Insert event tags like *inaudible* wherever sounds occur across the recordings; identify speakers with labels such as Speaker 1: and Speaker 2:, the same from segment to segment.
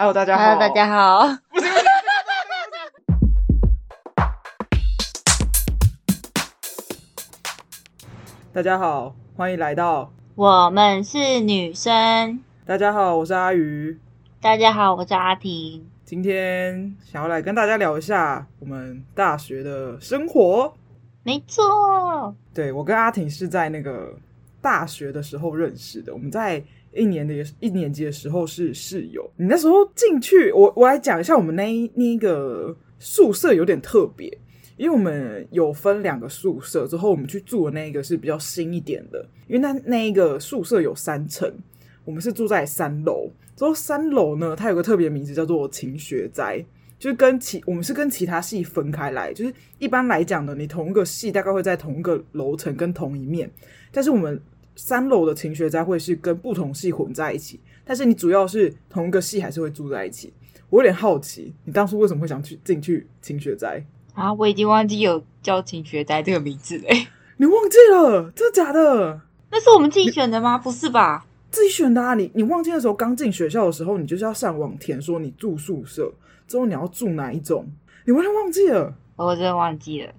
Speaker 1: Hello，大家好。
Speaker 2: Hello，大家好。
Speaker 1: 大家好，欢迎来到。
Speaker 2: 我们是女生。
Speaker 1: 大家好，我是阿鱼。
Speaker 2: 大家好，我是阿婷。
Speaker 1: 今天想要来跟大家聊一下我们大学的生活。
Speaker 2: 没错，
Speaker 1: 对我跟阿婷是在那个大学的时候认识的，我们在一年的一年级的时候是室友。你那时候进去，我我来讲一下我们那一那一个宿舍有点特别，因为我们有分两个宿舍，之后我们去住的那一个是比较新一点的，因为那那一个宿舍有三层，我们是住在三楼。之后三楼呢，它有个特别名字叫做勤学斋。就是跟其我们是跟其他系分开来，就是一般来讲呢，你同一个系大概会在同一个楼层跟同一面，但是我们三楼的勤学斋会是跟不同系混在一起，但是你主要是同一个系还是会住在一起。我有点好奇，你当初为什么会想去进去勤学斋？
Speaker 2: 啊，我已经忘记有叫勤学呆这个名
Speaker 1: *laughs*
Speaker 2: 字嘞。
Speaker 1: 你忘记了？真的假的？
Speaker 2: 那是我们自己选的吗？不是吧？
Speaker 1: 自己选的啊！你你忘记的时候，刚进学校的时候，你就是要上网填说你住宿舍，之后你要住哪一种，你完全忘记了。
Speaker 2: 我真的忘记了。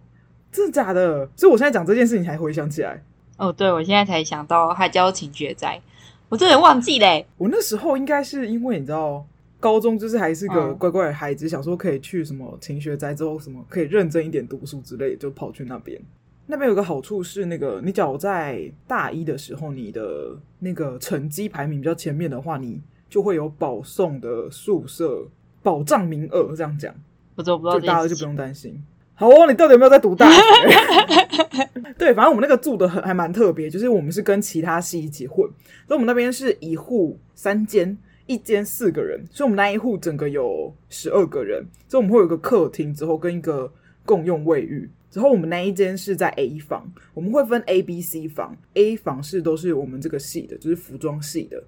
Speaker 1: 真的假的？所以我现在讲这件事情才回想起来。
Speaker 2: 哦，对，我现在才想到它叫勤学斋，我真的忘记嘞。
Speaker 1: 我那时候应该是因为你知道，高中就是还是个乖乖的孩子，想说可以去什么勤学斋之后，什么可以认真一点读书之类，就跑去那边。那边有个好处是，那个你假如在大一的时候，你的那个成绩排名比较前面的话，你就会有保送的宿舍保障名额，这样讲，
Speaker 2: 我怎么不
Speaker 1: 就
Speaker 2: 知道
Speaker 1: 大
Speaker 2: 这
Speaker 1: 家就
Speaker 2: 件事
Speaker 1: 不
Speaker 2: 情？
Speaker 1: 用担心。好哦，你到底有没有在读大学？ *laughs* 对，反正我们那个住的很还蛮特别，就是我们是跟其他系一起混，所以我们那边是一户三间，一间四个人，所以我们那一户整个有十二个人，所以我们会有一个客厅，之后跟一个共用卫浴。之后我们那一间是在 A 房，我们会分 A、B、C 房，A 房是都是我们这个系的，就是服装系的。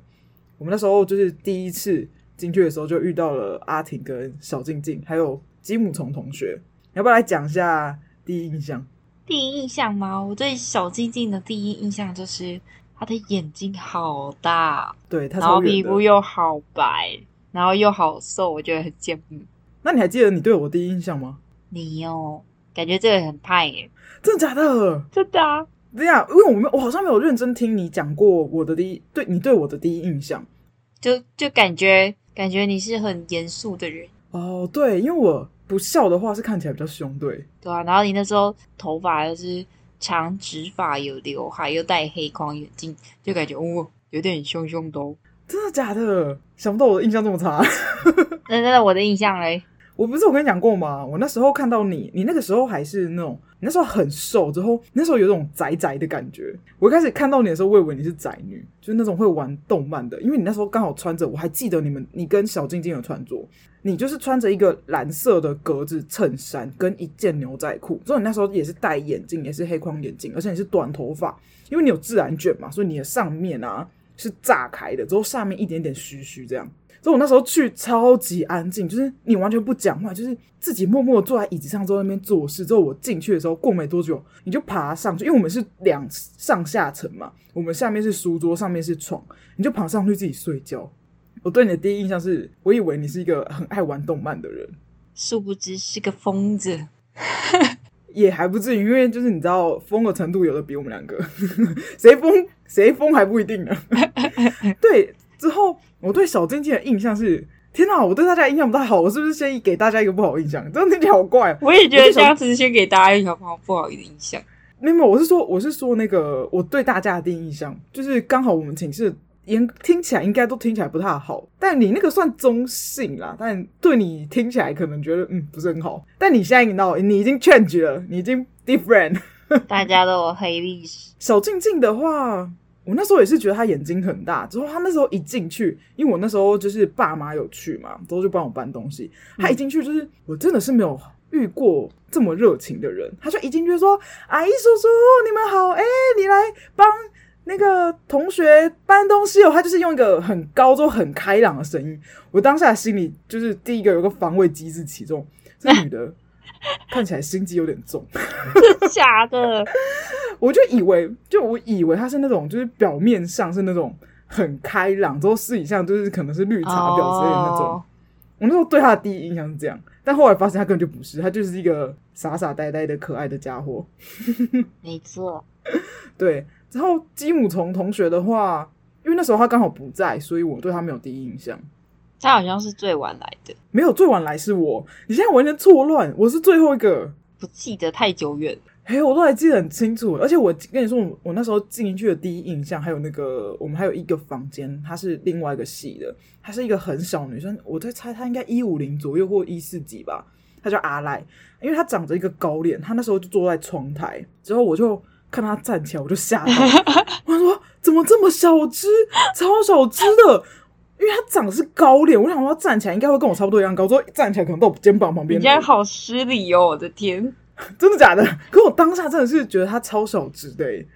Speaker 1: 我们那时候就是第一次进去的时候，就遇到了阿婷跟小静静，还有吉姆虫同学。你要不要来讲一下第一印象？
Speaker 2: 第一印象吗？我对小静静的第一印象就是她的眼睛好大，
Speaker 1: 对，他
Speaker 2: 然后
Speaker 1: 超
Speaker 2: 皮
Speaker 1: 远的
Speaker 2: 肤。又好白，然后又好瘦，我觉得很羡慕
Speaker 1: 那你还记得你对我第一印象吗？
Speaker 2: 你哦。感觉这个人很派耶，
Speaker 1: 真的假的？
Speaker 2: 真的啊。
Speaker 1: 这样，因为我没有我好像没有认真听你讲过我的第一对你对我的第一印象。
Speaker 2: 就就感觉感觉你是很严肃的人，
Speaker 1: 哦，对，因为我不笑的话是看起来比较凶，对，
Speaker 2: 对啊，然后你那时候头发又是长直发，有刘海，又戴黑框眼镜，就感觉哦，有点凶凶的、哦。
Speaker 1: 真的假的？想不到我的印象这么差。
Speaker 2: 那那那我的印象嘞，
Speaker 1: 我不是我跟你讲过吗？我那时候看到你，你那个时候还是那种，你那时候很瘦，之后那时候有种宅宅的感觉。我一开始看到你的时候，我以为你是宅女，就是那种会玩动漫的，因为你那时候刚好穿着，我还记得你们，你跟小静静的穿着，你就是穿着一个蓝色的格子衬衫跟一件牛仔裤，之后你那时候也是戴眼镜，也是黑框眼镜，而且你是短头发，因为你有自然卷嘛，所以你的上面啊是炸开的，之后下面一点点虚虚这样。所以我那时候去超级安静，就是你完全不讲话，就是自己默默地坐在椅子上，坐在那边做事。之后我进去的时候，过没多久你就爬上去，因为我们是两上下层嘛，我们下面是书桌，上面是床，你就爬上去自己睡觉。我对你的第一印象是，我以为你是一个很爱玩动漫的人，
Speaker 2: 殊不知是个疯子。
Speaker 1: 也还不至于，因为就是你知道疯的程度有的比我们两个， *laughs* 谁疯谁疯还不一定呢。对，之后我对小静静的印象是，天哪，我对大家的印象不太好，我是不是先给大家一个不好印象？这样听起来好怪、哦。
Speaker 2: 我也觉
Speaker 1: 我
Speaker 2: 得
Speaker 1: 就
Speaker 2: 这
Speaker 1: 想
Speaker 2: 样子先给大家一条不好的印象。
Speaker 1: 没有，没有我是说我是说那个我对大家的第一印象，就是刚好我们寝室严听起来应该都听起来不太好，但你那个算中性啦，但对你听起来可能觉得嗯不是很好，但你现在你到你已经 change 了，你已经 different。
Speaker 2: 大家都有黑历 *laughs* 史，
Speaker 1: 小静静的话，我那时候也是觉得她眼睛很大。之后她那时候一进去，因为我那时候就是爸妈有去嘛，之后就帮我搬东西。她一进去就是，我真的是没有遇过这么热情的人。她就一进去就说：“阿姨叔叔，你们好，哎、你来帮。”那个同学搬东西哦，她就是用一个很高、就很开朗的声音。我当下心里就是第一个有个防卫机制启动，这女的看起来心机有点重。
Speaker 2: 假的。
Speaker 1: 我就以为，就我以为他是那种，就是表面上是那种很开朗，之后私底下就是可能是绿茶婊之类的那种。
Speaker 2: 哦
Speaker 1: 我那时候对他的第一印象是这样，但后来发现他根本就不是，他就是一个傻傻呆呆的可爱的家伙。
Speaker 2: 没错，
Speaker 1: 对，然后基姆虫同学的话，因为那时候他刚好不在，所以我对他没有第一印象。
Speaker 2: 他好像是最晚来的，
Speaker 1: 没有，最晚来是我，你现在完全错乱，我是最后一个。
Speaker 2: 不记得太久远。
Speaker 1: 哎、我都还记得很清楚，而且我跟你说，我我那时候进去的第一印象，还有那个我们还有一个房间，它是另外一个系的，她是一个很小女生，我在猜她应该一五零左右或一四几吧，她叫阿赖，因为她长着一个高脸，她那时候就坐在窗台，之后我就看她站起来，我就吓到，我说怎么这么小只，超小只的。因为她长得是高脸，我想说她站起来应该会跟我差不多一样高，之后一站起来可能到我肩膀旁
Speaker 2: 你
Speaker 1: 边
Speaker 2: 这
Speaker 1: 而已。
Speaker 2: 样好失礼哦，我的天，
Speaker 1: 真的假的？可我当下真的是觉得他超小只的欸、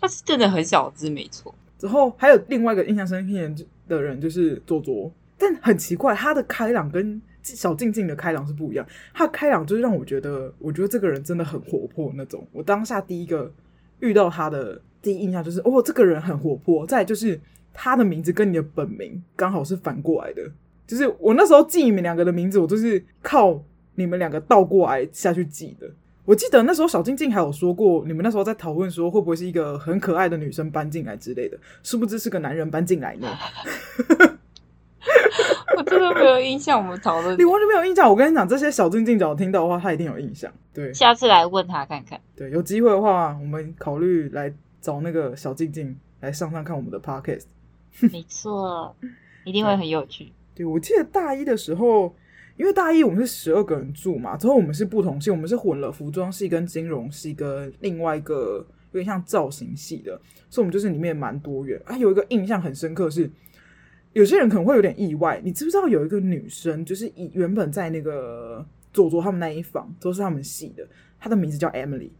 Speaker 2: 他是真的很小只，没错。
Speaker 1: 之后还有另外一个印象深刻的人就是佐佐，但很奇怪，他的开朗跟小静静的开朗是不一样。他的开朗就是让我觉得，我觉得这个人真的很活泼那种。我当下第一个遇到他的第一印象就是，哦，这个人很活泼。再来就是他的名字跟你的本名刚好是反过来的，就是我那时候记你们两个的名字，我就是靠你们两个倒过来下去记的。我记得那时候小静静还有说过，你们那时候在讨论说会不会是一个很可爱的女生搬进来之类的，殊不知是个男人搬进来呢。
Speaker 2: 我真的没有印象我们讨论
Speaker 1: 你。完全没有印象。我跟你讲，这些小静静只要听到的话，她一定有印象。对
Speaker 2: 下次来问他
Speaker 1: *laughs*
Speaker 2: 看看。
Speaker 1: 对，有机会的话，我们考虑来找那个小静静来上上看我们的 podcast。
Speaker 2: 没错，一定会很有趣。
Speaker 1: 对，我记得大一的时候，因为大一我们是十二个人住嘛，之后我们是不同系，我们是混了服装系跟金融系跟另外一个有点像造型系的，所以我们就是里面蛮多元。啊，有一个印象很深刻是，有些人可能会有点意外，你知不知道有一个女生，就是以原本在那个佐佐他们那一房都是他们系的，她的名字叫 Emily，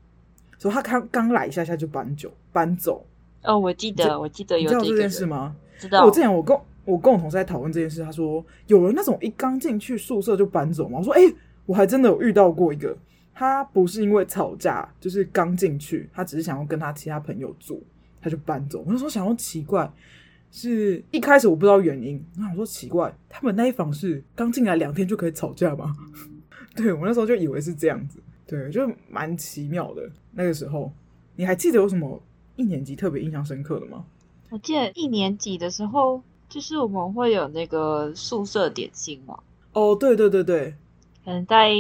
Speaker 1: 所以她刚刚来一下下就搬走搬走，
Speaker 2: 哦，我记得，我记得
Speaker 1: 你
Speaker 2: 有
Speaker 1: 知道
Speaker 2: 这
Speaker 1: 这
Speaker 2: 个
Speaker 1: 件
Speaker 2: 人，
Speaker 1: 事吗？
Speaker 2: 知道
Speaker 1: 我之前我跟我跟我同事在讨论这件事，他说有人那种一刚进去宿舍就搬走吗？我说哎、诶我还真的有遇到过一个，他不是因为吵架，就是刚进去，他只是想要跟他其他朋友住，他就搬走。我那时候想说奇怪，是一开始我不知道原因，我想说奇怪，他们那一房是刚进来两天就可以吵架吗？ *laughs* 对我那时候就以为是这样子，对，就蛮奇妙的。那个时候，你还记得有什么一年级特别印象深刻的吗？
Speaker 2: 我记得一年级的时候，就是我们会有那个宿舍点心嘛，
Speaker 1: 哦，对对对对，
Speaker 2: 可能在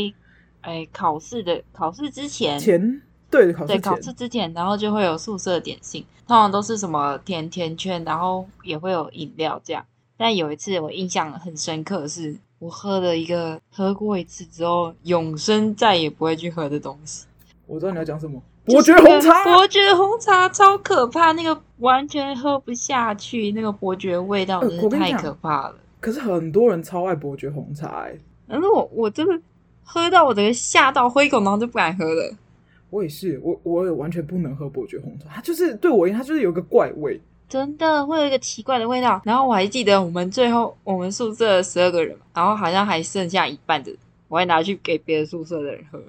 Speaker 2: 哎考试的考试之前，
Speaker 1: 前对考试
Speaker 2: 对
Speaker 1: 前，
Speaker 2: 考试之前，然后就会有宿舍点心，通常都是什么甜甜圈，然后也会有饮料这样。但有一次我印象很深刻的是，我喝了一个喝过一次之后，永生再也不会去喝的东西。
Speaker 1: 我知道你要讲什么，
Speaker 2: 就
Speaker 1: 伯
Speaker 2: 是啊
Speaker 1: 爵
Speaker 2: 那个
Speaker 1: 红茶。
Speaker 2: 伯爵红茶超可怕，那个完全喝不下去，那个伯爵味道
Speaker 1: 呃
Speaker 2: 真
Speaker 1: 我
Speaker 2: 是
Speaker 1: 跟你
Speaker 2: 太
Speaker 1: 讲
Speaker 2: 可怕了。
Speaker 1: 可是很多人超爱伯爵红茶、欸，
Speaker 2: 反正我我真的喝到我整个吓到，喝一口然后就不敢喝了。
Speaker 1: 我也是，我我也完全不能喝伯爵红茶，它就是对我而言，它就是有一个怪味。
Speaker 2: 真的会有一个奇怪的味道。然后我还记得我们最后我们宿舍十二个人嘛，然后好像还剩下一半的，我还拿去给别的宿舍的人喝。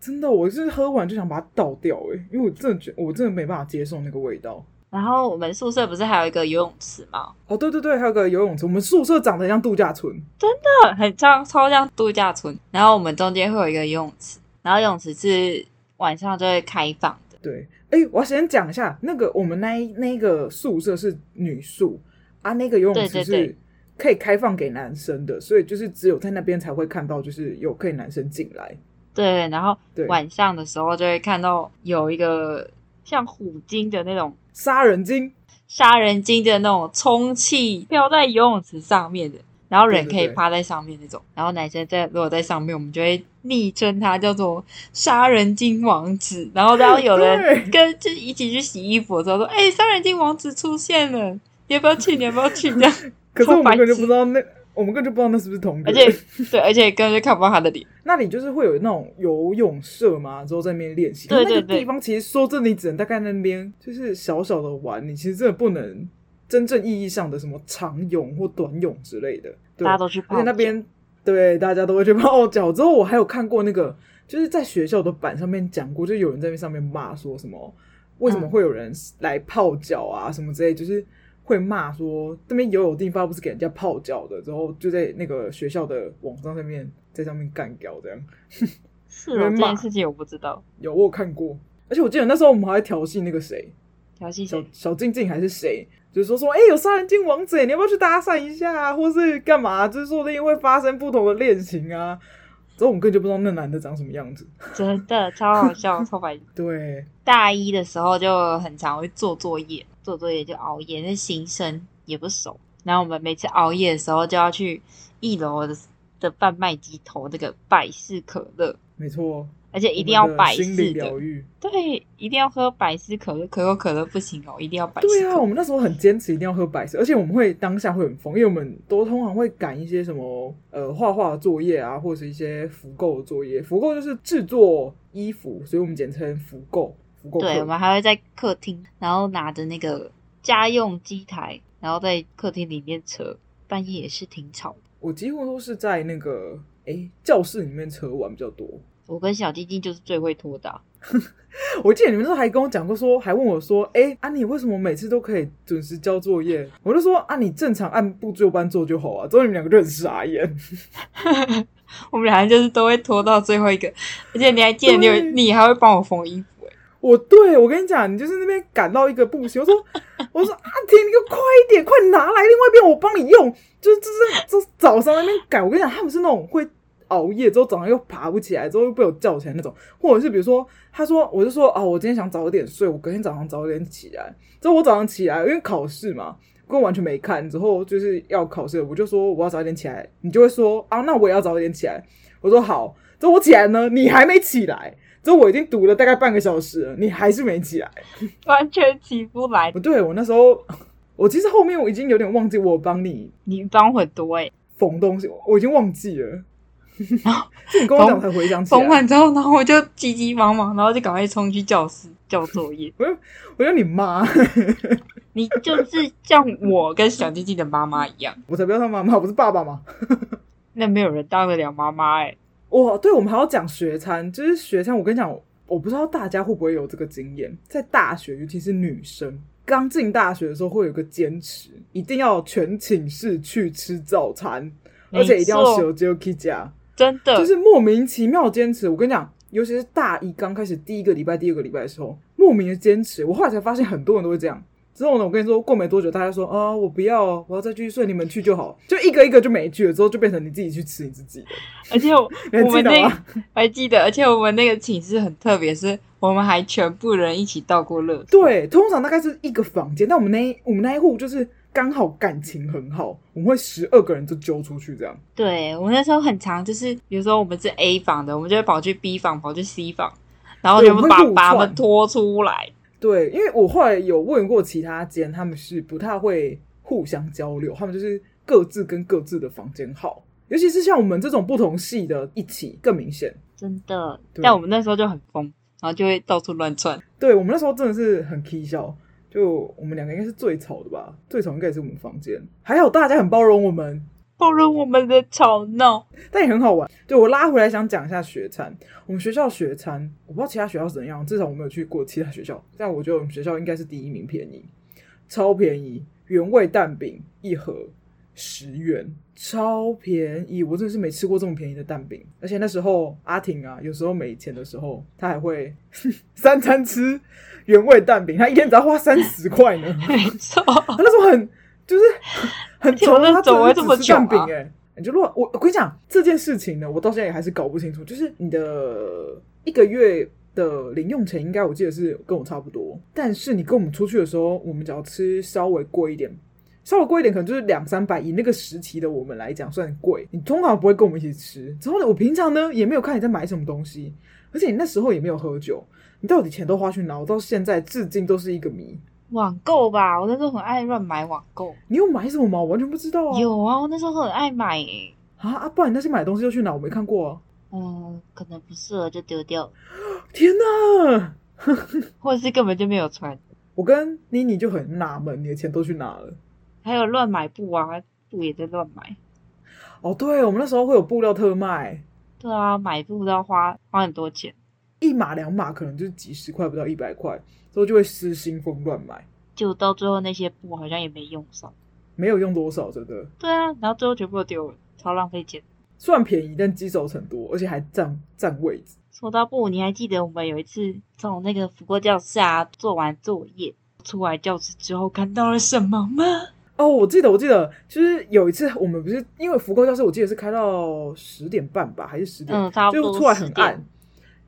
Speaker 1: 真的，我就是喝完就想把它倒掉、欸，因为我真的觉我真的没办法接受那个味道。
Speaker 2: 然后我们宿舍不是还有一个游泳池
Speaker 1: *laughs*
Speaker 2: 吗？
Speaker 1: 哦，对对对，还有个游泳池，我们宿舍长得像度假村，
Speaker 2: 那很像超像度假村。然后我们中间会有一个游泳池，然后游泳池是晚上就会开放的。
Speaker 1: 对，哎、我要先讲一下，那个我们那一那个宿舍是女宿啊，那个游泳池
Speaker 2: 对对
Speaker 1: 是可以开放给男生的，所以就是只有在那边才会看到，就是有可以男生进来。
Speaker 2: 对，然后
Speaker 1: 对，
Speaker 2: 晚上的时候就会看到有一个像虎鲸的那种
Speaker 1: 杀人鲸，
Speaker 2: 杀人鲸的那种充气飘在游泳池上面的，然后人
Speaker 1: 对
Speaker 2: 可
Speaker 1: 对
Speaker 2: 以
Speaker 1: 对
Speaker 2: 趴在上面那种。然后男生在如果在上面，我们就会昵称他叫做“杀人鲸王子”。然后当有 *laughs* 人
Speaker 1: 对
Speaker 2: 跟就是一起去洗衣服的时候说：“哎、杀人鲸王子出现了，你要不要去？你要不要去？”这样，
Speaker 1: 可是我
Speaker 2: 超白
Speaker 1: 们根本
Speaker 2: 痴
Speaker 1: 就不知道那，我们根本就不知道那是不是同一个
Speaker 2: 而
Speaker 1: 人。
Speaker 2: 且对，而且根本就看不到他的 *laughs* 脸。
Speaker 1: 那里就是会有那种游泳社嘛，之后在那边练习。可是
Speaker 2: 对
Speaker 1: 那
Speaker 2: 对
Speaker 1: 个
Speaker 2: 对
Speaker 1: 地方其实说真的，你只能大概那边就是小小的玩，你其实真的不能真正意义上的什么长泳或短泳之类的。对
Speaker 2: 大家都去泡
Speaker 1: 而且那边对大家都会去泡脚。之后我还有看过那个，就是在学校的板上面讲过，就有人在那上面骂说什么为什么会有人来泡脚啊什么之类，就是会骂说这边游泳地方不是给人家泡脚的，之后就在那个学校的网站上面在上面干掉这样。
Speaker 2: 是哦，这
Speaker 1: 骂
Speaker 2: 件事情我不知道。
Speaker 1: 有我有看过，而且我记得那时候我们还在调戏那个谁，
Speaker 2: 调戏
Speaker 1: 小
Speaker 2: 谁？
Speaker 1: 小静静还是谁，就是说说，哎、有杀人鲸王子耶，你要不要去搭讪一下、啊，或是干嘛？就是说不定会发生不同的恋情啊。之后我们根本就不知道那男的长什么样子。
Speaker 2: 真的超好笑，超白。
Speaker 1: 对，
Speaker 2: 大一的时候就很常会做作业，做作业就熬夜，那新生也不熟。然后我们每次熬夜的时候，就要去一楼的的贩卖机投那个百事可乐，
Speaker 1: 没错，
Speaker 2: 而且一定要
Speaker 1: 我们的
Speaker 2: 百
Speaker 1: 心
Speaker 2: 事
Speaker 1: 灵
Speaker 2: 的
Speaker 1: 疗，愈。
Speaker 2: 对，一定要喝百事可乐，可口可乐不行哦，一定要百
Speaker 1: 对
Speaker 2: 事
Speaker 1: 啊，
Speaker 2: *laughs* 可
Speaker 1: 我
Speaker 2: 乐。
Speaker 1: 们那时候很坚持一定要喝白色，而且我们会当下会很疯，因为我们都通常会赶一些什么呃画画的作业啊，或者是一些福购的作业。福购就是制作衣服，所以我们简称福购。福购
Speaker 2: 对，
Speaker 1: 课
Speaker 2: 我们还会在客厅，然后拿着那个家用机台，然后在客厅里面扯，半夜也是挺吵的。
Speaker 1: 我几乎都是在那个诶教室里面扯玩比较多。
Speaker 2: 我跟小弟弟就是最会拖的啊、
Speaker 1: 我记得你们那时候还跟我讲过说，还问我说，诶，啊你为什么每次都可以准时交作业？我就说啊你正常按部就班做就好啊。之后你们两个就很傻眼。
Speaker 2: 我们俩就是都会拖到最后一个，而且你还记得你有
Speaker 1: 对
Speaker 2: 你还会帮我缝衣服、欸，
Speaker 1: 我对我跟你讲，你就是那边赶到一个不行，我说我说阿婷，你给我快一点，快拿来，另外一边我帮你用。就是就是就是早上那边赶，我跟你讲，他们是那种会熬夜之后早上又爬不起来，之后又被我叫起来那种，或者是比如说他说我就说哦，我今天想早点睡，我隔天早上早点起来。之后我早上起来，因为考试嘛。我完全没看，之后就是要考试，我就说我要早点起来，你就会说啊，那我也要早点起来。我说好，之后我起来呢，你还没起来，之后我已经读了大概半个小时了，你还是没起来。
Speaker 2: 完全起不来
Speaker 1: 不。对，我那时候， *laughs* 我其实后面我已经有点忘记我帮你
Speaker 2: 你帮我很多哎、
Speaker 1: 缝东西，我已经忘记
Speaker 2: *laughs*
Speaker 1: 了。是你啊跟我讲才回想起
Speaker 2: 缝
Speaker 1: 来，
Speaker 2: 完之后，然后我就急急忙忙，然后就赶快冲去教室交作业。
Speaker 1: 我说你妈， *laughs*
Speaker 2: 你就是像我跟小弟弟的妈妈一样，
Speaker 1: 我才不要当妈妈，我是爸爸嘛。
Speaker 2: 那没有人当得了妈妈哎。
Speaker 1: 哇，对，我们还要讲学餐，就是学餐。我跟你讲，我不知道大家会不会有这个经验，在大学，尤其是女生刚进大学的时候，会有个坚持，一定要全寝室去吃早餐，而且一定要
Speaker 2: 没错
Speaker 1: 学 j o k i 家，
Speaker 2: 真的，
Speaker 1: 就是莫名其妙坚持。我跟你讲，尤其是大一刚开始第一个礼拜、第二个礼拜的时候，莫名的坚持。我后来才发现，很多人都会这样。之后呢，我跟你说，过没多久，大家说啊，我不要哦，我要再继续睡，你们去就好。就一个一个就没去了，之后就变成你自己去吃你自己的。
Speaker 2: 而且我
Speaker 1: 你还
Speaker 2: 我
Speaker 1: 记
Speaker 2: 们
Speaker 1: 得 *laughs*
Speaker 2: 那
Speaker 1: 吗？
Speaker 2: 还记得，而且我们那个寝室很特别，是我们还全部人一起倒过热。
Speaker 1: 对，通常大概是一个房间，但我们那一我们那一户就是刚好感情很好，我们会十二个人就揪出去这样。
Speaker 2: 对我们那时候很常就是，比如说我们是 A 房的，我们就会跑去 B 房，跑去 C 房，然后
Speaker 1: 对
Speaker 2: 全部
Speaker 1: 我们
Speaker 2: 把
Speaker 1: 会互
Speaker 2: 把他
Speaker 1: 串
Speaker 2: 们拖出来。
Speaker 1: 对，因为我后来有问过其他间，他们是不太会互相交流，他们就是各自跟各自的房间好，尤其是像我们这种不同系的一起更明显。
Speaker 2: 真的，
Speaker 1: 对
Speaker 2: 但我们那时候就很疯，然后就会到处乱窜。
Speaker 1: 对我们那时候真的是很 k 笑，就我们两个应该是最吵的吧，最吵应该也是我们房间，还好大家很包容我们，
Speaker 2: 包容我们的吵闹，
Speaker 1: 但也很好玩。对我拉回来想讲一下学餐，我们学校学餐，我不知道其他学校怎样，至少我没有去过其他学校，但我觉得我们学校应该是第一名，便宜，超便宜，原味蛋饼一盒十元，超便宜，我真的是没吃过这么便宜的蛋饼。而且那时候阿婷啊，有时候没钱的时候，她还会 *laughs* 三餐吃原味蛋饼，她一天只要花三十块呢。
Speaker 2: 没错，
Speaker 1: 他啊那时候很就是
Speaker 2: *laughs*
Speaker 1: 很
Speaker 2: 天啊
Speaker 1: 穷，他
Speaker 2: 那怎么会这么
Speaker 1: 只吃蛋
Speaker 2: 穷
Speaker 1: 饼
Speaker 2: 啊
Speaker 1: 哎、你就如果我我跟你讲这件事情呢，我到现在也还是搞不清楚，就是你的一个月的零用钱，应该我记得是跟我差不多，但是你跟我们出去的时候，我们只要吃稍微贵一点。稍微贵一点，可能就是两三百，以那个时期的我们来讲算贵。你通常不会跟我们一起吃。之后呢，我平常呢也没有看你在买什么东西，而且你那时候也没有喝酒，你到底钱都花去哪？我到现在至今都是一个谜。
Speaker 2: 网购吧，我那时候很爱乱买网购。
Speaker 1: 你有买什么吗？我完全不知道啊。
Speaker 2: 有啊，我那时候很爱买、欸，
Speaker 1: 啊啊！不然你那些买东西都去哪？我没看过、啊。
Speaker 2: 嗯，可能不适合就丢掉了，
Speaker 1: 天哪！
Speaker 2: 或者是根本就没有穿。
Speaker 1: 我跟妮妮就很纳闷，你的钱都去哪了？
Speaker 2: 还有乱买布啊，布也在乱买。
Speaker 1: 哦，对，我们那时候会有布料特卖，
Speaker 2: 对啊，买布都要花花很多钱。
Speaker 1: 一码两码可能就是几十块，不到一百块，之后就会失心疯乱买。
Speaker 2: 结果到最后那些布好像也没用上。
Speaker 1: 没有用多少，真的。
Speaker 2: 对啊，然后最后全部都丢了，超浪费钱。
Speaker 1: 虽然便宜，但积少成多，而且还占占位置。
Speaker 2: 说到布，你还记得我们有一次从那个福国教室啊做完作业出来教室之后看到了什么吗？
Speaker 1: 哦，我记得，我记得，就是有一次我们不是因为福购教室，我记得是开到十点半吧，还是十点？
Speaker 2: 嗯差不多
Speaker 1: 就出来很
Speaker 2: 10点
Speaker 1: 暗。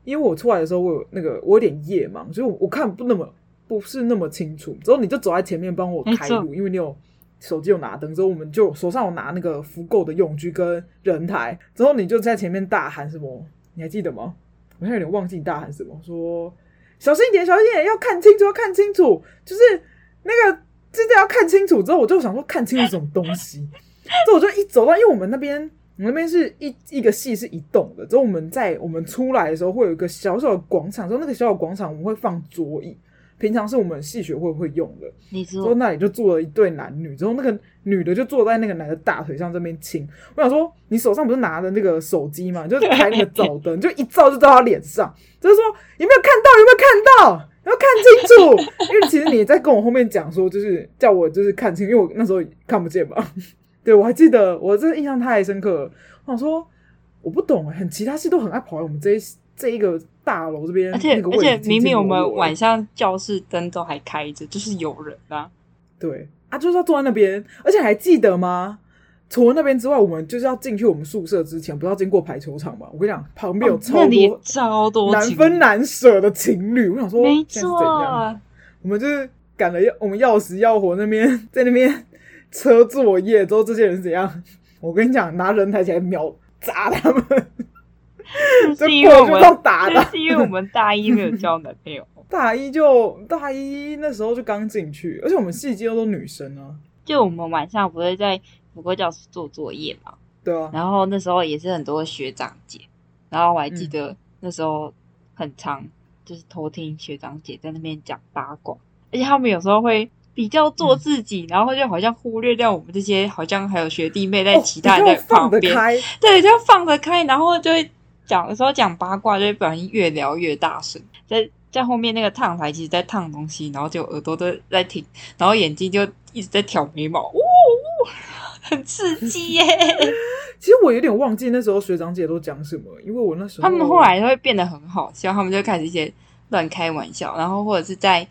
Speaker 1: 因为我出来的时候，我有那个我有点夜盲，所以我我看不那么不是那么清楚。之后你就走在前面帮我
Speaker 2: 没
Speaker 1: 开
Speaker 2: 错
Speaker 1: 路，因为你有手机有拿灯，之后我们就手上有拿那个福购的用具跟人台，之后你就在前面大喊什么？你还记得吗？我现在有点忘记你大喊什么，说小心一点，小心一点，要看清楚，要看清楚，就是那个真的要看清楚。之后我就想说，看清楚什么东
Speaker 2: *laughs*
Speaker 1: 西？之后我就一走到，因为我们那边，我们那边是一一个系是一栋的。之后我们在我们出来的时候，会有一个小小的广场，之后那个小小广场我们会放桌椅，平常是我们系学会会用的。
Speaker 2: 你
Speaker 1: 之后
Speaker 2: 说
Speaker 1: 那里就坐了一对男女，之后那个女的就坐在那个男的大腿上这边亲。我想说，你手上不是拿着那个手机
Speaker 2: *laughs*
Speaker 1: 嘛，你就开那个照灯，就一照就照他脸上，就是说有没有看到，有没有看到，要看清楚。因为其实你在跟我后面讲说，就是叫我就是看清，因为我那时候看不见嘛。 *laughs* 对，我还记得，我真的印象太深刻了。我想说，我不懂、很其他系都很爱跑来我们这一这一个大楼这边，
Speaker 2: 而且
Speaker 1: 那个
Speaker 2: 而
Speaker 1: 位置
Speaker 2: 且
Speaker 1: 亲
Speaker 2: 明
Speaker 1: 亲
Speaker 2: 明我
Speaker 1: 我
Speaker 2: 们
Speaker 1: 我
Speaker 2: 晚上教室灯都还开着，就是有人啊。
Speaker 1: 对啊，就是要坐在那边，而且还记得吗？除了那边之外，我们就是要进去我们宿舍之前，不是要经过排球场吗？我跟你讲，旁边有
Speaker 2: 哦
Speaker 1: 超
Speaker 2: 那里
Speaker 1: 多
Speaker 2: 超多
Speaker 1: 难
Speaker 2: 情
Speaker 1: 分
Speaker 2: 侣
Speaker 1: 难舍的情侣。我想说，
Speaker 2: 没
Speaker 1: 现在是怎样？
Speaker 2: 错，
Speaker 1: 我们就是赶了要我们要死要活那边，在那边车作业之后，这些人是怎样？我跟你讲，拿人抬起来秒砸他们， *laughs*
Speaker 2: 就是因
Speaker 1: 就
Speaker 2: 为
Speaker 1: 过
Speaker 2: 我
Speaker 1: 去到
Speaker 2: 们，
Speaker 1: 打
Speaker 2: 就
Speaker 1: 的。
Speaker 2: 是因为我们大一没有交男朋友，
Speaker 1: 大一就大一那时候就刚进去，而且我们系几乎都女生啊，
Speaker 2: 就我们晚上不会在不过教室做作业嘛，
Speaker 1: 对啊，
Speaker 2: 然后那时候也是很多学长姐，然后我还
Speaker 1: 嗯
Speaker 2: 记得那时候很常就是偷听学长姐在那边讲八卦，而且他们有时候会比较
Speaker 1: 嗯
Speaker 2: 做自己，然后就好像忽略掉我们这些好像还有学弟妹在
Speaker 1: 哦
Speaker 2: 其他人
Speaker 1: 比较
Speaker 2: 在旁
Speaker 1: 放得
Speaker 2: 边，
Speaker 1: 开，
Speaker 2: 对，就放得开，然后就会讲有时候讲八卦就会不小心越聊越大声，在在后面那个烫台其实在烫东西，然后就耳朵都在挺，然后眼睛就一直在挑眉毛，呜、呜，很刺激耶、
Speaker 1: 其实我有点忘记那时候学长姐都讲什么，因为我那时候
Speaker 2: 他们后
Speaker 1: 哦
Speaker 2: 来就会变得很好笑，他们就开始一些乱开玩笑，然后或者是在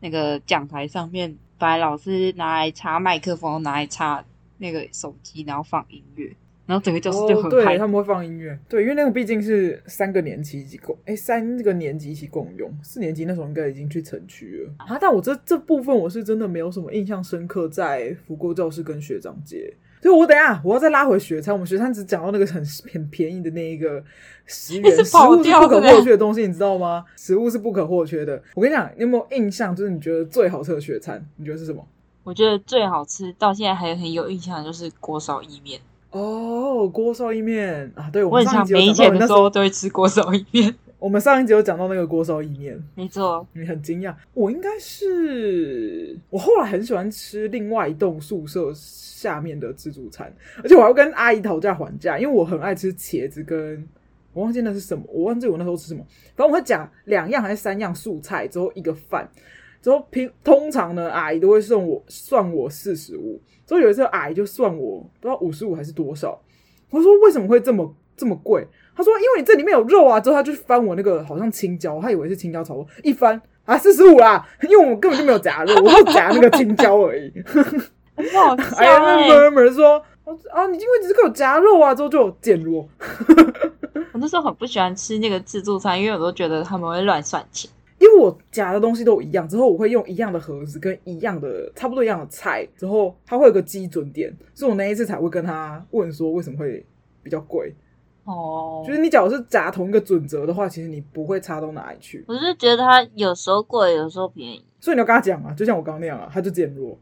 Speaker 2: 那个讲台上面，把老师拿来插麦克风，拿来插那个手机，然后放音乐，然后整个教室就
Speaker 1: 哦，
Speaker 2: 很嗨。
Speaker 1: 对，他们会放音乐，对，因为那个毕竟是三个年级一起共，哎，三个年级一起共用，四年级那时候应该已经去城区了啊。但我这这部分我是真的没有什么印象深刻，在福国教室跟学长姐。所以我等一下我要再拉回学餐，我们学餐只讲到那个很很便宜的那一个
Speaker 2: *laughs*
Speaker 1: 十元，
Speaker 2: 一直
Speaker 1: 食物
Speaker 2: 跑
Speaker 1: 是
Speaker 2: 掉
Speaker 1: 不可
Speaker 2: 对不对
Speaker 1: 或缺的东西，你知道吗？食物是不可或缺的。我跟你讲，你有没有印象？就是你觉得最好吃的学餐，你觉得是什么？
Speaker 2: 我觉得最好吃到现在还很有印象的就是锅烧意面。
Speaker 1: 哦，锅烧意面啊，对，我
Speaker 2: 我
Speaker 1: 们
Speaker 2: 很
Speaker 1: 上一
Speaker 2: 像
Speaker 1: 集有
Speaker 2: 没
Speaker 1: 讲到
Speaker 2: 钱
Speaker 1: 你
Speaker 2: 的
Speaker 1: 那
Speaker 2: 时
Speaker 1: 时候，
Speaker 2: 候都会吃锅烧意面。
Speaker 1: 我们上一集有讲到那个锅烧意面，
Speaker 2: 没错，
Speaker 1: 你很惊讶。我应该是我后来很喜欢吃另外一栋宿舍下面的自助餐，而且我还要跟阿姨讨价还价，因为我很爱吃茄子跟。我忘记那是什么，我忘记我那时候吃什么。反正我会夹两样还是三样素菜，之后一个饭，之后平通常呢，阿姨都会送我算我四十五，之后有一次阿姨就算我不知道五十五还是多少，我说为什么会这么这么贵？她说因为你这里面有肉啊，之后她就翻我那个好像青椒，她以为是青椒炒肉，一翻啊四十五啦，因为我根本就没有夹肉， *laughs* 我就夹那个青椒而已。
Speaker 2: 很
Speaker 1: *laughs*
Speaker 2: 好
Speaker 1: 哎
Speaker 2: 笑
Speaker 1: 呀，
Speaker 2: 哎、
Speaker 1: 那 murmur 说啊，你因为只是给我夹肉啊，之后就减弱。
Speaker 2: 我那时候很不喜欢吃那个自助餐，因为我都觉得他们会乱算钱。
Speaker 1: 因为我夹的东西都一样，之后我会用一样的盒子跟一样的差不多一样的菜，之后它会有个基准点，所以我那一次才会跟他问说为什么会比较贵。
Speaker 2: 哦
Speaker 1: 就是你假如是夹同一个准则的话，其实你不会差到哪里去，
Speaker 2: 我是觉得它有时候贵，有时候便宜。
Speaker 1: 所以你要跟他讲啊，就像我刚刚那样啊，他就减弱。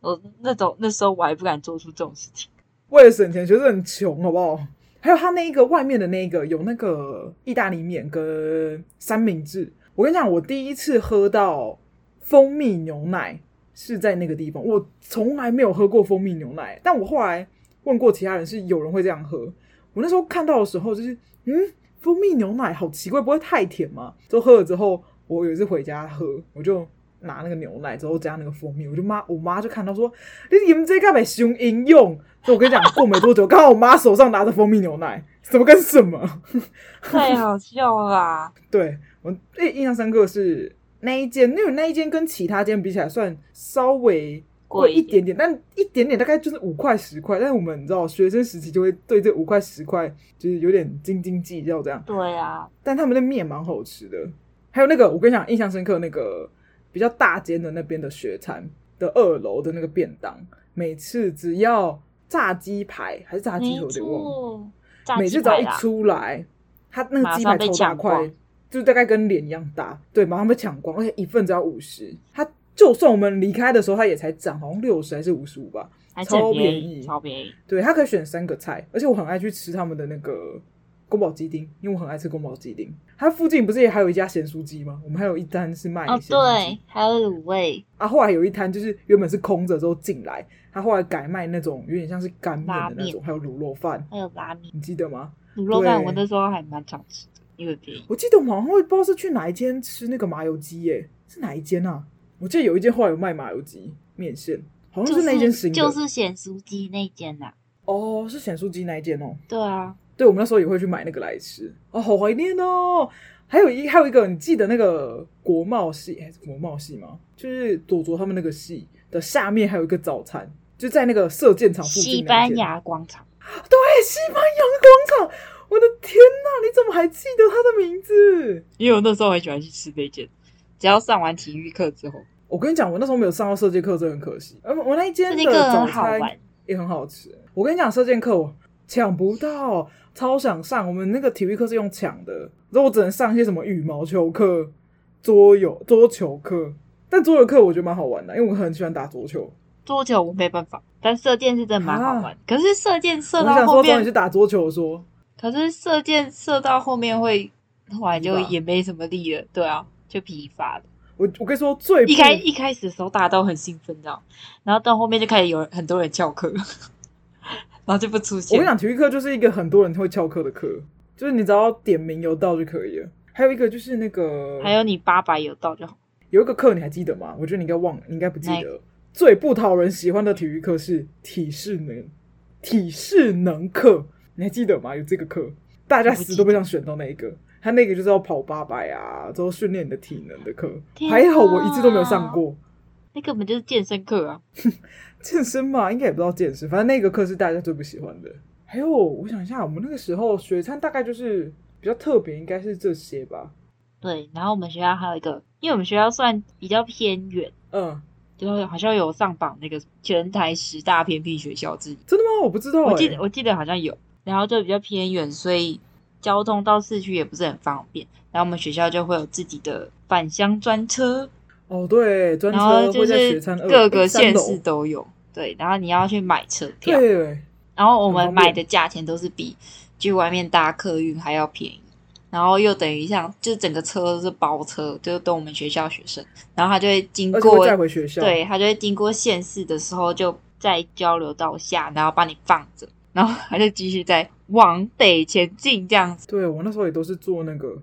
Speaker 2: 我那种那时候我还不敢做出这种事
Speaker 1: *laughs*
Speaker 2: 情。
Speaker 1: 为了省钱，学生很穷，好不好？还有他那一个外面的那一个有那个意大利面跟三明治。我跟你讲，我第一次喝到蜂蜜牛奶是在那个地方，我从来没有喝过蜂蜜牛奶。但我后来问过其他人，是有人会这样喝。我那时候看到的时候，就是嗯，蜂蜜牛奶好奇怪，不会太甜吗？之后喝了之后，我有一次回家喝，我就拿那个牛奶之后加那个蜂蜜，我就妈我妈就看到说你们这干嘛熊应用？所以我跟你讲，过没多久，刚好我妈手上拿着蜂蜜牛奶，什么跟什么。 *laughs*
Speaker 2: 太好笑了啦！
Speaker 1: 对我最印象深刻的是那一间，因为那一间跟其他间比起来算稍微
Speaker 2: 贵
Speaker 1: 贵
Speaker 2: 一
Speaker 1: 一
Speaker 2: 点
Speaker 1: 点点，但一点点大概就是五块十块。但是我们你知道，学生时期就会对这五块十块就是有点斤斤计较这样。
Speaker 2: 对啊，
Speaker 1: 但他们的面蛮好吃的，还有那个我跟你讲，印象深刻那个比较大间的那边的学餐的二楼的那个便当，每次只要炸鸡排还是炸鸡
Speaker 2: 没
Speaker 1: 腿，我有点忘了。
Speaker 2: 错，炸
Speaker 1: 每
Speaker 2: 鸡
Speaker 1: 次只要
Speaker 2: 排
Speaker 1: 一
Speaker 2: 啦，
Speaker 1: 出来，他那
Speaker 2: 马
Speaker 1: 个鸡
Speaker 2: 上
Speaker 1: 排
Speaker 2: 被
Speaker 1: 超大
Speaker 2: 抢
Speaker 1: 块
Speaker 2: 光，
Speaker 1: 就大概跟脸一样大，对，马上被抢光，而且一份只要五十。他就算我们离开的时候，他也才涨好像六十还是五十五吧。
Speaker 2: 还是
Speaker 1: 超
Speaker 2: 很
Speaker 1: 便
Speaker 2: 便
Speaker 1: 宜
Speaker 2: 超便宜。
Speaker 1: 对，他可以选三个菜，而且我很爱去吃他们的那个宫保鸡丁，因为我很爱吃宫保鸡丁。它附近不是也还有一家咸酥鸡吗？我们还有一摊是卖咸，
Speaker 2: 哦
Speaker 1: 酥鸡、
Speaker 2: 对，还有卤味
Speaker 1: 啊，后来有一摊就是原本是空着之后进来，他后来改卖那种有点像是干面
Speaker 2: 拉
Speaker 1: 的那
Speaker 2: 面
Speaker 1: 种，还有卤肉饭，
Speaker 2: 还有拉面、
Speaker 1: 你记得吗？
Speaker 2: 卤肉饭，
Speaker 1: 对
Speaker 2: 我那时候还蛮常吃的，因为便宜。
Speaker 1: 我记得我们好像会不知道是去哪一间吃那个麻油鸡，耶，是哪一间啊？我记得有一间后来有卖麻油鸡面线，好像
Speaker 2: 就是
Speaker 1: 那间新的，
Speaker 2: 就是咸酥鸡那间呐、
Speaker 1: 哦，是咸酥鸡那一间哦。
Speaker 2: 对啊，
Speaker 1: 对，我们那时候也会去买那个来吃，哦，好怀念哦。还有一还有一个，你记得那个国贸系还是国贸系吗？就是佐佐他们那个系的下面还有一个早餐，就在那个射箭场哦附近那一
Speaker 2: 西
Speaker 1: 间。
Speaker 2: 班牙广场。
Speaker 1: 对，西班牙广场，我的天呐，你怎么还记得他的名字？
Speaker 2: 因为我那时候很喜欢去吃那间，只要上完体育课之后，
Speaker 1: 我跟你讲，我那时候没有上到射箭课，真的很可惜。呃，我那一间
Speaker 2: 这
Speaker 1: 的
Speaker 2: 节课
Speaker 1: 早
Speaker 2: 很好
Speaker 1: 餐
Speaker 2: 玩。
Speaker 1: 也很好吃。我跟你讲，射箭课我抢不到，超想上。我们那个体育课是用抢的，然后我只能上一些什么羽毛球课、桌游、桌球课。但桌游课我觉得蛮好玩的，因为我很喜欢打桌球。
Speaker 2: 桌球我没办法，但射箭是真的蛮好玩。可是射箭
Speaker 1: 啊我
Speaker 2: 射
Speaker 1: 想
Speaker 2: 到后
Speaker 1: 说找你去
Speaker 2: 面，
Speaker 1: 打桌球说
Speaker 2: 可是射箭射到后面会，后来就
Speaker 1: 疲乏
Speaker 2: 也没什么力了。对啊，就疲乏了。
Speaker 1: 我我跟你说最
Speaker 2: 一开
Speaker 1: 不
Speaker 2: 一开始的时候大家都很兴奋，这样，然后到后面就开始有人很多人翘课， *laughs* 然后就不出
Speaker 1: 我
Speaker 2: 现
Speaker 1: 跟你。讲，体育课就是一个很多人会翘课的课，就是你只要点名有到就可以了。还有一个就是那个，
Speaker 2: 还有你八百有到就好，
Speaker 1: 有一个课你还记得吗？我觉得你应该忘了，你应该不记
Speaker 2: 哪一
Speaker 1: 得。最不讨人喜欢的体育课是体适能，体适能课，你还记得吗？有这个课，大家
Speaker 2: 我不记
Speaker 1: 死都不想选到那一个。他那个就是要跑八百啊，之后训练你的体能的课。
Speaker 2: 天
Speaker 1: 还好我
Speaker 2: 哪
Speaker 1: 一次都没有上过
Speaker 2: 那根本就是健身课啊！
Speaker 1: 健身嘛，应该也不知道健身，反正那个课是大家最不喜欢的。还有，我想一下，我们那个时候学餐大概就是比较特别，应该是这些吧。
Speaker 2: 对，然后我们学校还有一个，因为我们学校算比较偏远，
Speaker 1: 嗯，
Speaker 2: 就是好像有上榜那个全台十大偏僻学校之一，
Speaker 1: 真的吗？我不知道、欸。
Speaker 2: 我记得我记得好像有，然后就比较偏远，所以交通到市区也不是很方便。然后我们学校就会有自己的返乡专车，
Speaker 1: 哦，对，专
Speaker 2: 然后
Speaker 1: 车
Speaker 2: 就
Speaker 1: 会在
Speaker 2: 是
Speaker 1: 学餐二
Speaker 2: 各
Speaker 1: 诶
Speaker 2: 个
Speaker 1: 三
Speaker 2: 县
Speaker 1: 楼
Speaker 2: 市都有。对，然后你要去买车票，
Speaker 1: 对，
Speaker 2: 然后我
Speaker 1: 很
Speaker 2: 们
Speaker 1: 方
Speaker 2: 买
Speaker 1: 便
Speaker 2: 的价钱都是比去外面搭客运还要便宜，然后又等于像就整个车都是包车，就是都我们学校学生，然后他就会经
Speaker 1: 而且会
Speaker 2: 过
Speaker 1: 带回学校。
Speaker 2: 对，他就会经过县市的时候，就在交流道下，然后把你放着，然后他就继续在往北前进这样子。
Speaker 1: 对我那时候也都是做那个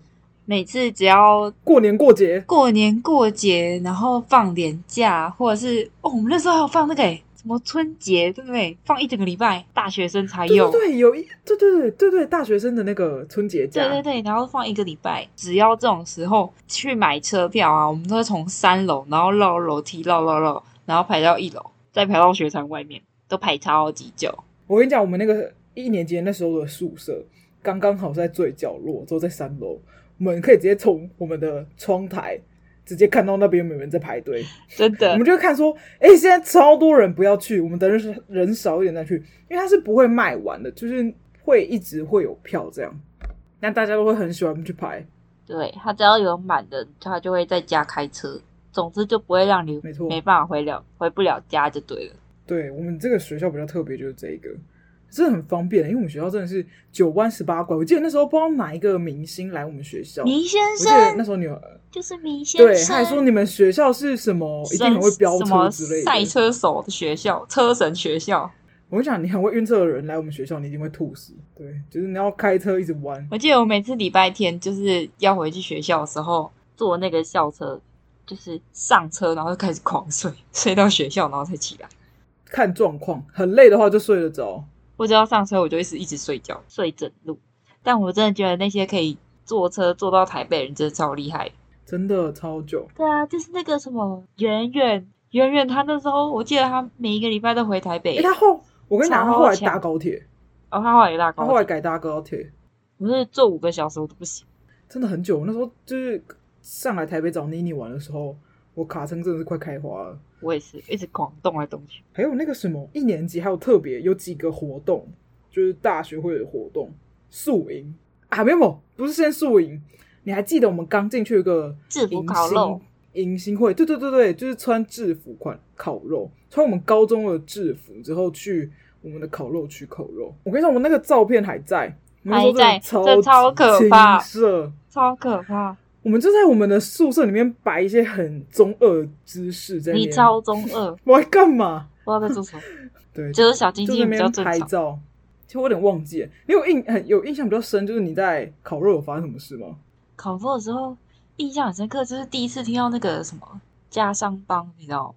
Speaker 2: 每次只要
Speaker 1: 过年过节，
Speaker 2: 过年过节，然后放年假，或者是哦，我们那时候还有放那个诶什么春节，对不对？放一整个礼拜，大学生才
Speaker 1: 对
Speaker 2: 有。
Speaker 1: 对对，有一对对对对对大学生的那个春节假，
Speaker 2: 对对对，然后放一个礼拜，只要这种时候去买车票啊，我们都会从三楼，然后绕楼梯，绕绕绕，然后排到一楼，再排到学堂外面，都排超级久。
Speaker 1: 我跟你讲，我们那个一年级那时候的宿舍刚刚好是在最角落，之后在三楼，我们可以直接从我们的窗台直接看到那边有没有人在排队。
Speaker 2: 真
Speaker 1: *laughs*
Speaker 2: 的
Speaker 1: 我们，就会看说，哎、现在超多人不要去，我们等人人少一点再去，因为它是不会卖完的，就是会一直会有票这样。那大家都会很喜欢去排，
Speaker 2: 对他只要有满的，他就会在家开车，总之就不会让你
Speaker 1: 没错
Speaker 2: 没办法回了回不了家就对了。
Speaker 1: 对我们这个学校比较特别，就是这一个，真的很方便，因为我们学校真的是九弯十八拐。我记得那时候不知道哪一个明星来我们学校，我
Speaker 2: 明先
Speaker 1: 记得
Speaker 2: 生
Speaker 1: 那时候你有
Speaker 2: 就是明先
Speaker 1: 对，他
Speaker 2: 生，
Speaker 1: 还说你们学校是什么一定很会飙
Speaker 2: 什
Speaker 1: 车
Speaker 2: 么
Speaker 1: 之类
Speaker 2: 赛
Speaker 1: 的。
Speaker 2: 车手的学校，车神学校。
Speaker 1: 我跟你讲，你很会晕车的人来我们学校，你一定会吐死。对，就是你要开车一直弯，
Speaker 2: 我记得我每次礼拜天就是要回去学校的时候坐那个校车，就是上车，然后就开始狂睡， *laughs* 睡到学校，然后才起来。
Speaker 1: 看状况，很累的话就睡得着。
Speaker 2: 我只要上车，我就一直一直睡觉，睡整路。但我真的觉得那些可以坐车坐到台北的人，真的超厉害的。
Speaker 1: 真的超久，
Speaker 2: 对啊，就是那个什么圆圆，圆圆她那时候，我记得她每一个礼拜都回台北。
Speaker 1: 哎、他后我跟你讲，他
Speaker 2: 超
Speaker 1: 后来
Speaker 2: 强
Speaker 1: 搭高铁，
Speaker 2: 哦，她后来也
Speaker 1: 他
Speaker 2: 拉高
Speaker 1: 后来
Speaker 2: 铁，
Speaker 1: 改搭高铁，
Speaker 2: 我是坐五个小时我都不行。
Speaker 1: 真的很久。我那时候就是上来台北找妮妮玩的时候，我卡车真的是快开花了。
Speaker 2: 我也是一直狂动来动去。
Speaker 1: 还有那个什么，一年级还有特别有几个活动，就是大学会的活动，宿营啊，没有没有，不是先宿营，你还记得我们刚进去有个
Speaker 2: 制服烤肉
Speaker 1: 迎新迎新会，对对对对，就是穿制服款烤肉，穿我们高中的制服之后去我们的烤肉区烤肉。我跟你说，我们那个照片还在，我们那时候真的
Speaker 2: 还在这超可
Speaker 1: 级
Speaker 2: 怕
Speaker 1: 青涩
Speaker 2: 超可怕！
Speaker 1: 我们就在我们的宿舍里面摆一些很中二的姿势在那边。
Speaker 2: 你超中二，
Speaker 1: 我还干嘛？
Speaker 2: 不知道在做什么，
Speaker 1: 对，
Speaker 2: 只有小晶
Speaker 1: 就在
Speaker 2: 晶
Speaker 1: 那
Speaker 2: 比较
Speaker 1: 边
Speaker 2: 正
Speaker 1: 拍
Speaker 2: 常。
Speaker 1: 照。其实我有点忘记了，你有印很有印象比较深，就是你在烤肉有发生什么事吗？
Speaker 2: 烤肉的时候印象很深刻，就是第一次听到那个什么家商帮，你知道吗？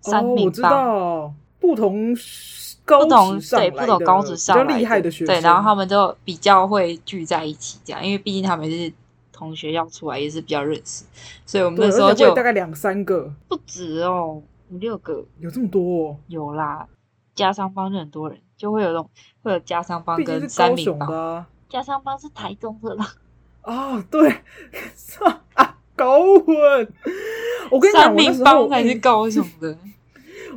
Speaker 2: 三
Speaker 1: 哦，我
Speaker 2: 明
Speaker 1: 知
Speaker 2: 帮。
Speaker 1: 道，不同高
Speaker 2: 不同
Speaker 1: 职上来
Speaker 2: 对不
Speaker 1: 的
Speaker 2: 同高职上
Speaker 1: 比较
Speaker 2: 来
Speaker 1: 厉害的学生，
Speaker 2: 对，然后他们就比较会聚在一起这样，因为毕竟他们是同学要出来，也是比较认识，所以我们
Speaker 1: 对，
Speaker 2: 那时
Speaker 1: 而
Speaker 2: 候
Speaker 1: 且会
Speaker 2: 就
Speaker 1: 大概两三个，
Speaker 2: 不止哦，五六个
Speaker 1: 有这么多、哦，
Speaker 2: 有啦，家商帮就很多人，就会有那种会有家商帮
Speaker 1: 毕竟
Speaker 2: 跟
Speaker 1: 是
Speaker 2: 三
Speaker 1: 高
Speaker 2: 明
Speaker 1: 雄
Speaker 2: 帮，
Speaker 1: 的啊，
Speaker 2: 家商帮是台中的啦，
Speaker 1: 啊对， *laughs* 啊搞混，我跟你讲，我那
Speaker 2: 三明
Speaker 1: 时
Speaker 2: 帮
Speaker 1: 候哎哦
Speaker 2: 才是
Speaker 1: 印
Speaker 2: 高雄的，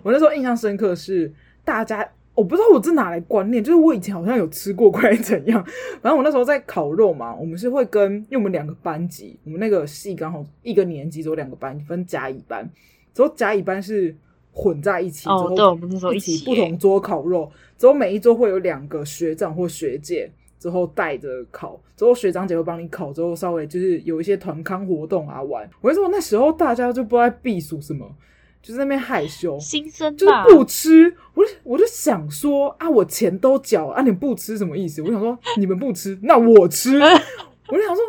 Speaker 1: 我那时候印象深刻是大家，我不知道我这哪来观念，就是我以前好像有吃过亏怎样。 *laughs* 反正我那时候在烤肉嘛，我们是会跟，因为我们两个班级，我们那个系刚好一个年级只有两个班，分甲乙班，之后甲乙班是混在一起，之
Speaker 2: 哦
Speaker 1: 后，
Speaker 2: 对，我们那时候
Speaker 1: 一
Speaker 2: 起
Speaker 1: 起不同桌烤肉，之后每一桌会有两个学长或学姐，之后带着烤，之后学长姐会帮你烤，之后稍微就是有一些团康活动啊玩。我跟你说，那时候大家就不知道在避暑什么，就是在那边害羞，
Speaker 2: 新生
Speaker 1: 就是
Speaker 2: 吧，
Speaker 1: 不吃。我就我就想说啊，我钱都缴了啊，你们不吃什么意思？我想说你们不吃，那我吃。我就想说。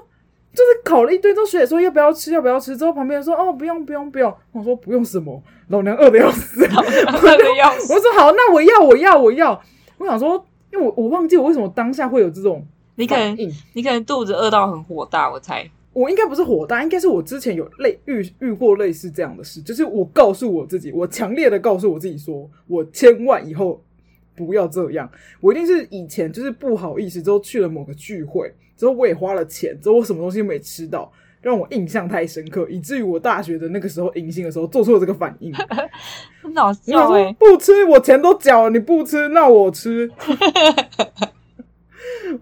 Speaker 1: 就是烤了一堆，之后学姐说要不要吃，要不要吃，之后旁边人说哦不用不用不用，我说不用什么，老娘饿的要死，
Speaker 2: 那个要死
Speaker 1: *laughs* 我就说好，那我要，我要，我要。我想说，因为我我忘记我为什么当下会有这种
Speaker 2: 你可
Speaker 1: 反
Speaker 2: 能
Speaker 1: 应。
Speaker 2: 你可能肚子饿到很火大，我猜。
Speaker 1: 我应该不是火大，应该是我之前有类遇遇过类似这样的事，就是我告诉我自己，我强烈的告诉我自己说，我千万以后不要这样。我一定是以前就是不好意思，之后去了某个聚会，之后我也花了钱，之后我什么东西都没吃到，让我印象太深刻，以至于我大学的那个时候 *laughs* 迎新的时候做出了这个反应。
Speaker 2: 很好
Speaker 1: 你想
Speaker 2: 笑哎、
Speaker 1: 说不吃，我钱都缴了，你不吃，那我吃。 *laughs*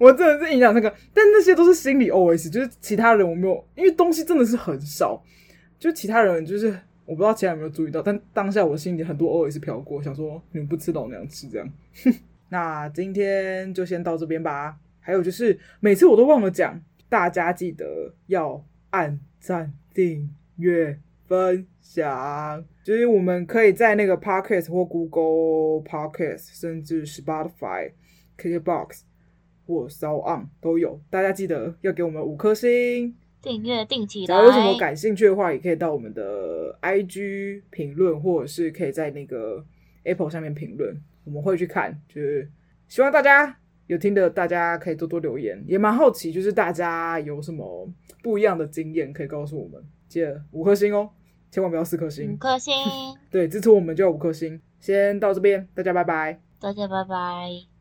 Speaker 1: 我真的是影响那个，但那些都是心理 OS，就是其他人我没有，因为东西真的是很少，就其他人就是我不知道其他人有没有注意到，但当下我心里很多 OS 飘过，想说你们不吃老娘吃这样。 *laughs* 那今天就先到这边吧。还有就是每次我都忘了讲，大家记得要按赞、订阅、分享。就是我们可以在那个 Podcast 或 Google Podcast，甚至 Spotify、KKBox 或 s o On 都有。大家记得要给我们五颗星。
Speaker 2: 订阅定期
Speaker 1: 假如有什么感兴趣的话，也可以到我们的 IG 评论，或者是可以在那个 Apple 上面评论，我们会去看。就是希望大家有听的，大家可以多多留言，也蛮好奇，就是大家有什么不一样的经验可以告诉我们。记得五颗星哦，千万不要四颗星。
Speaker 2: 五颗星，
Speaker 1: 对，支持我们就要五颗星。先到这边，大家拜拜。
Speaker 2: 大家拜拜。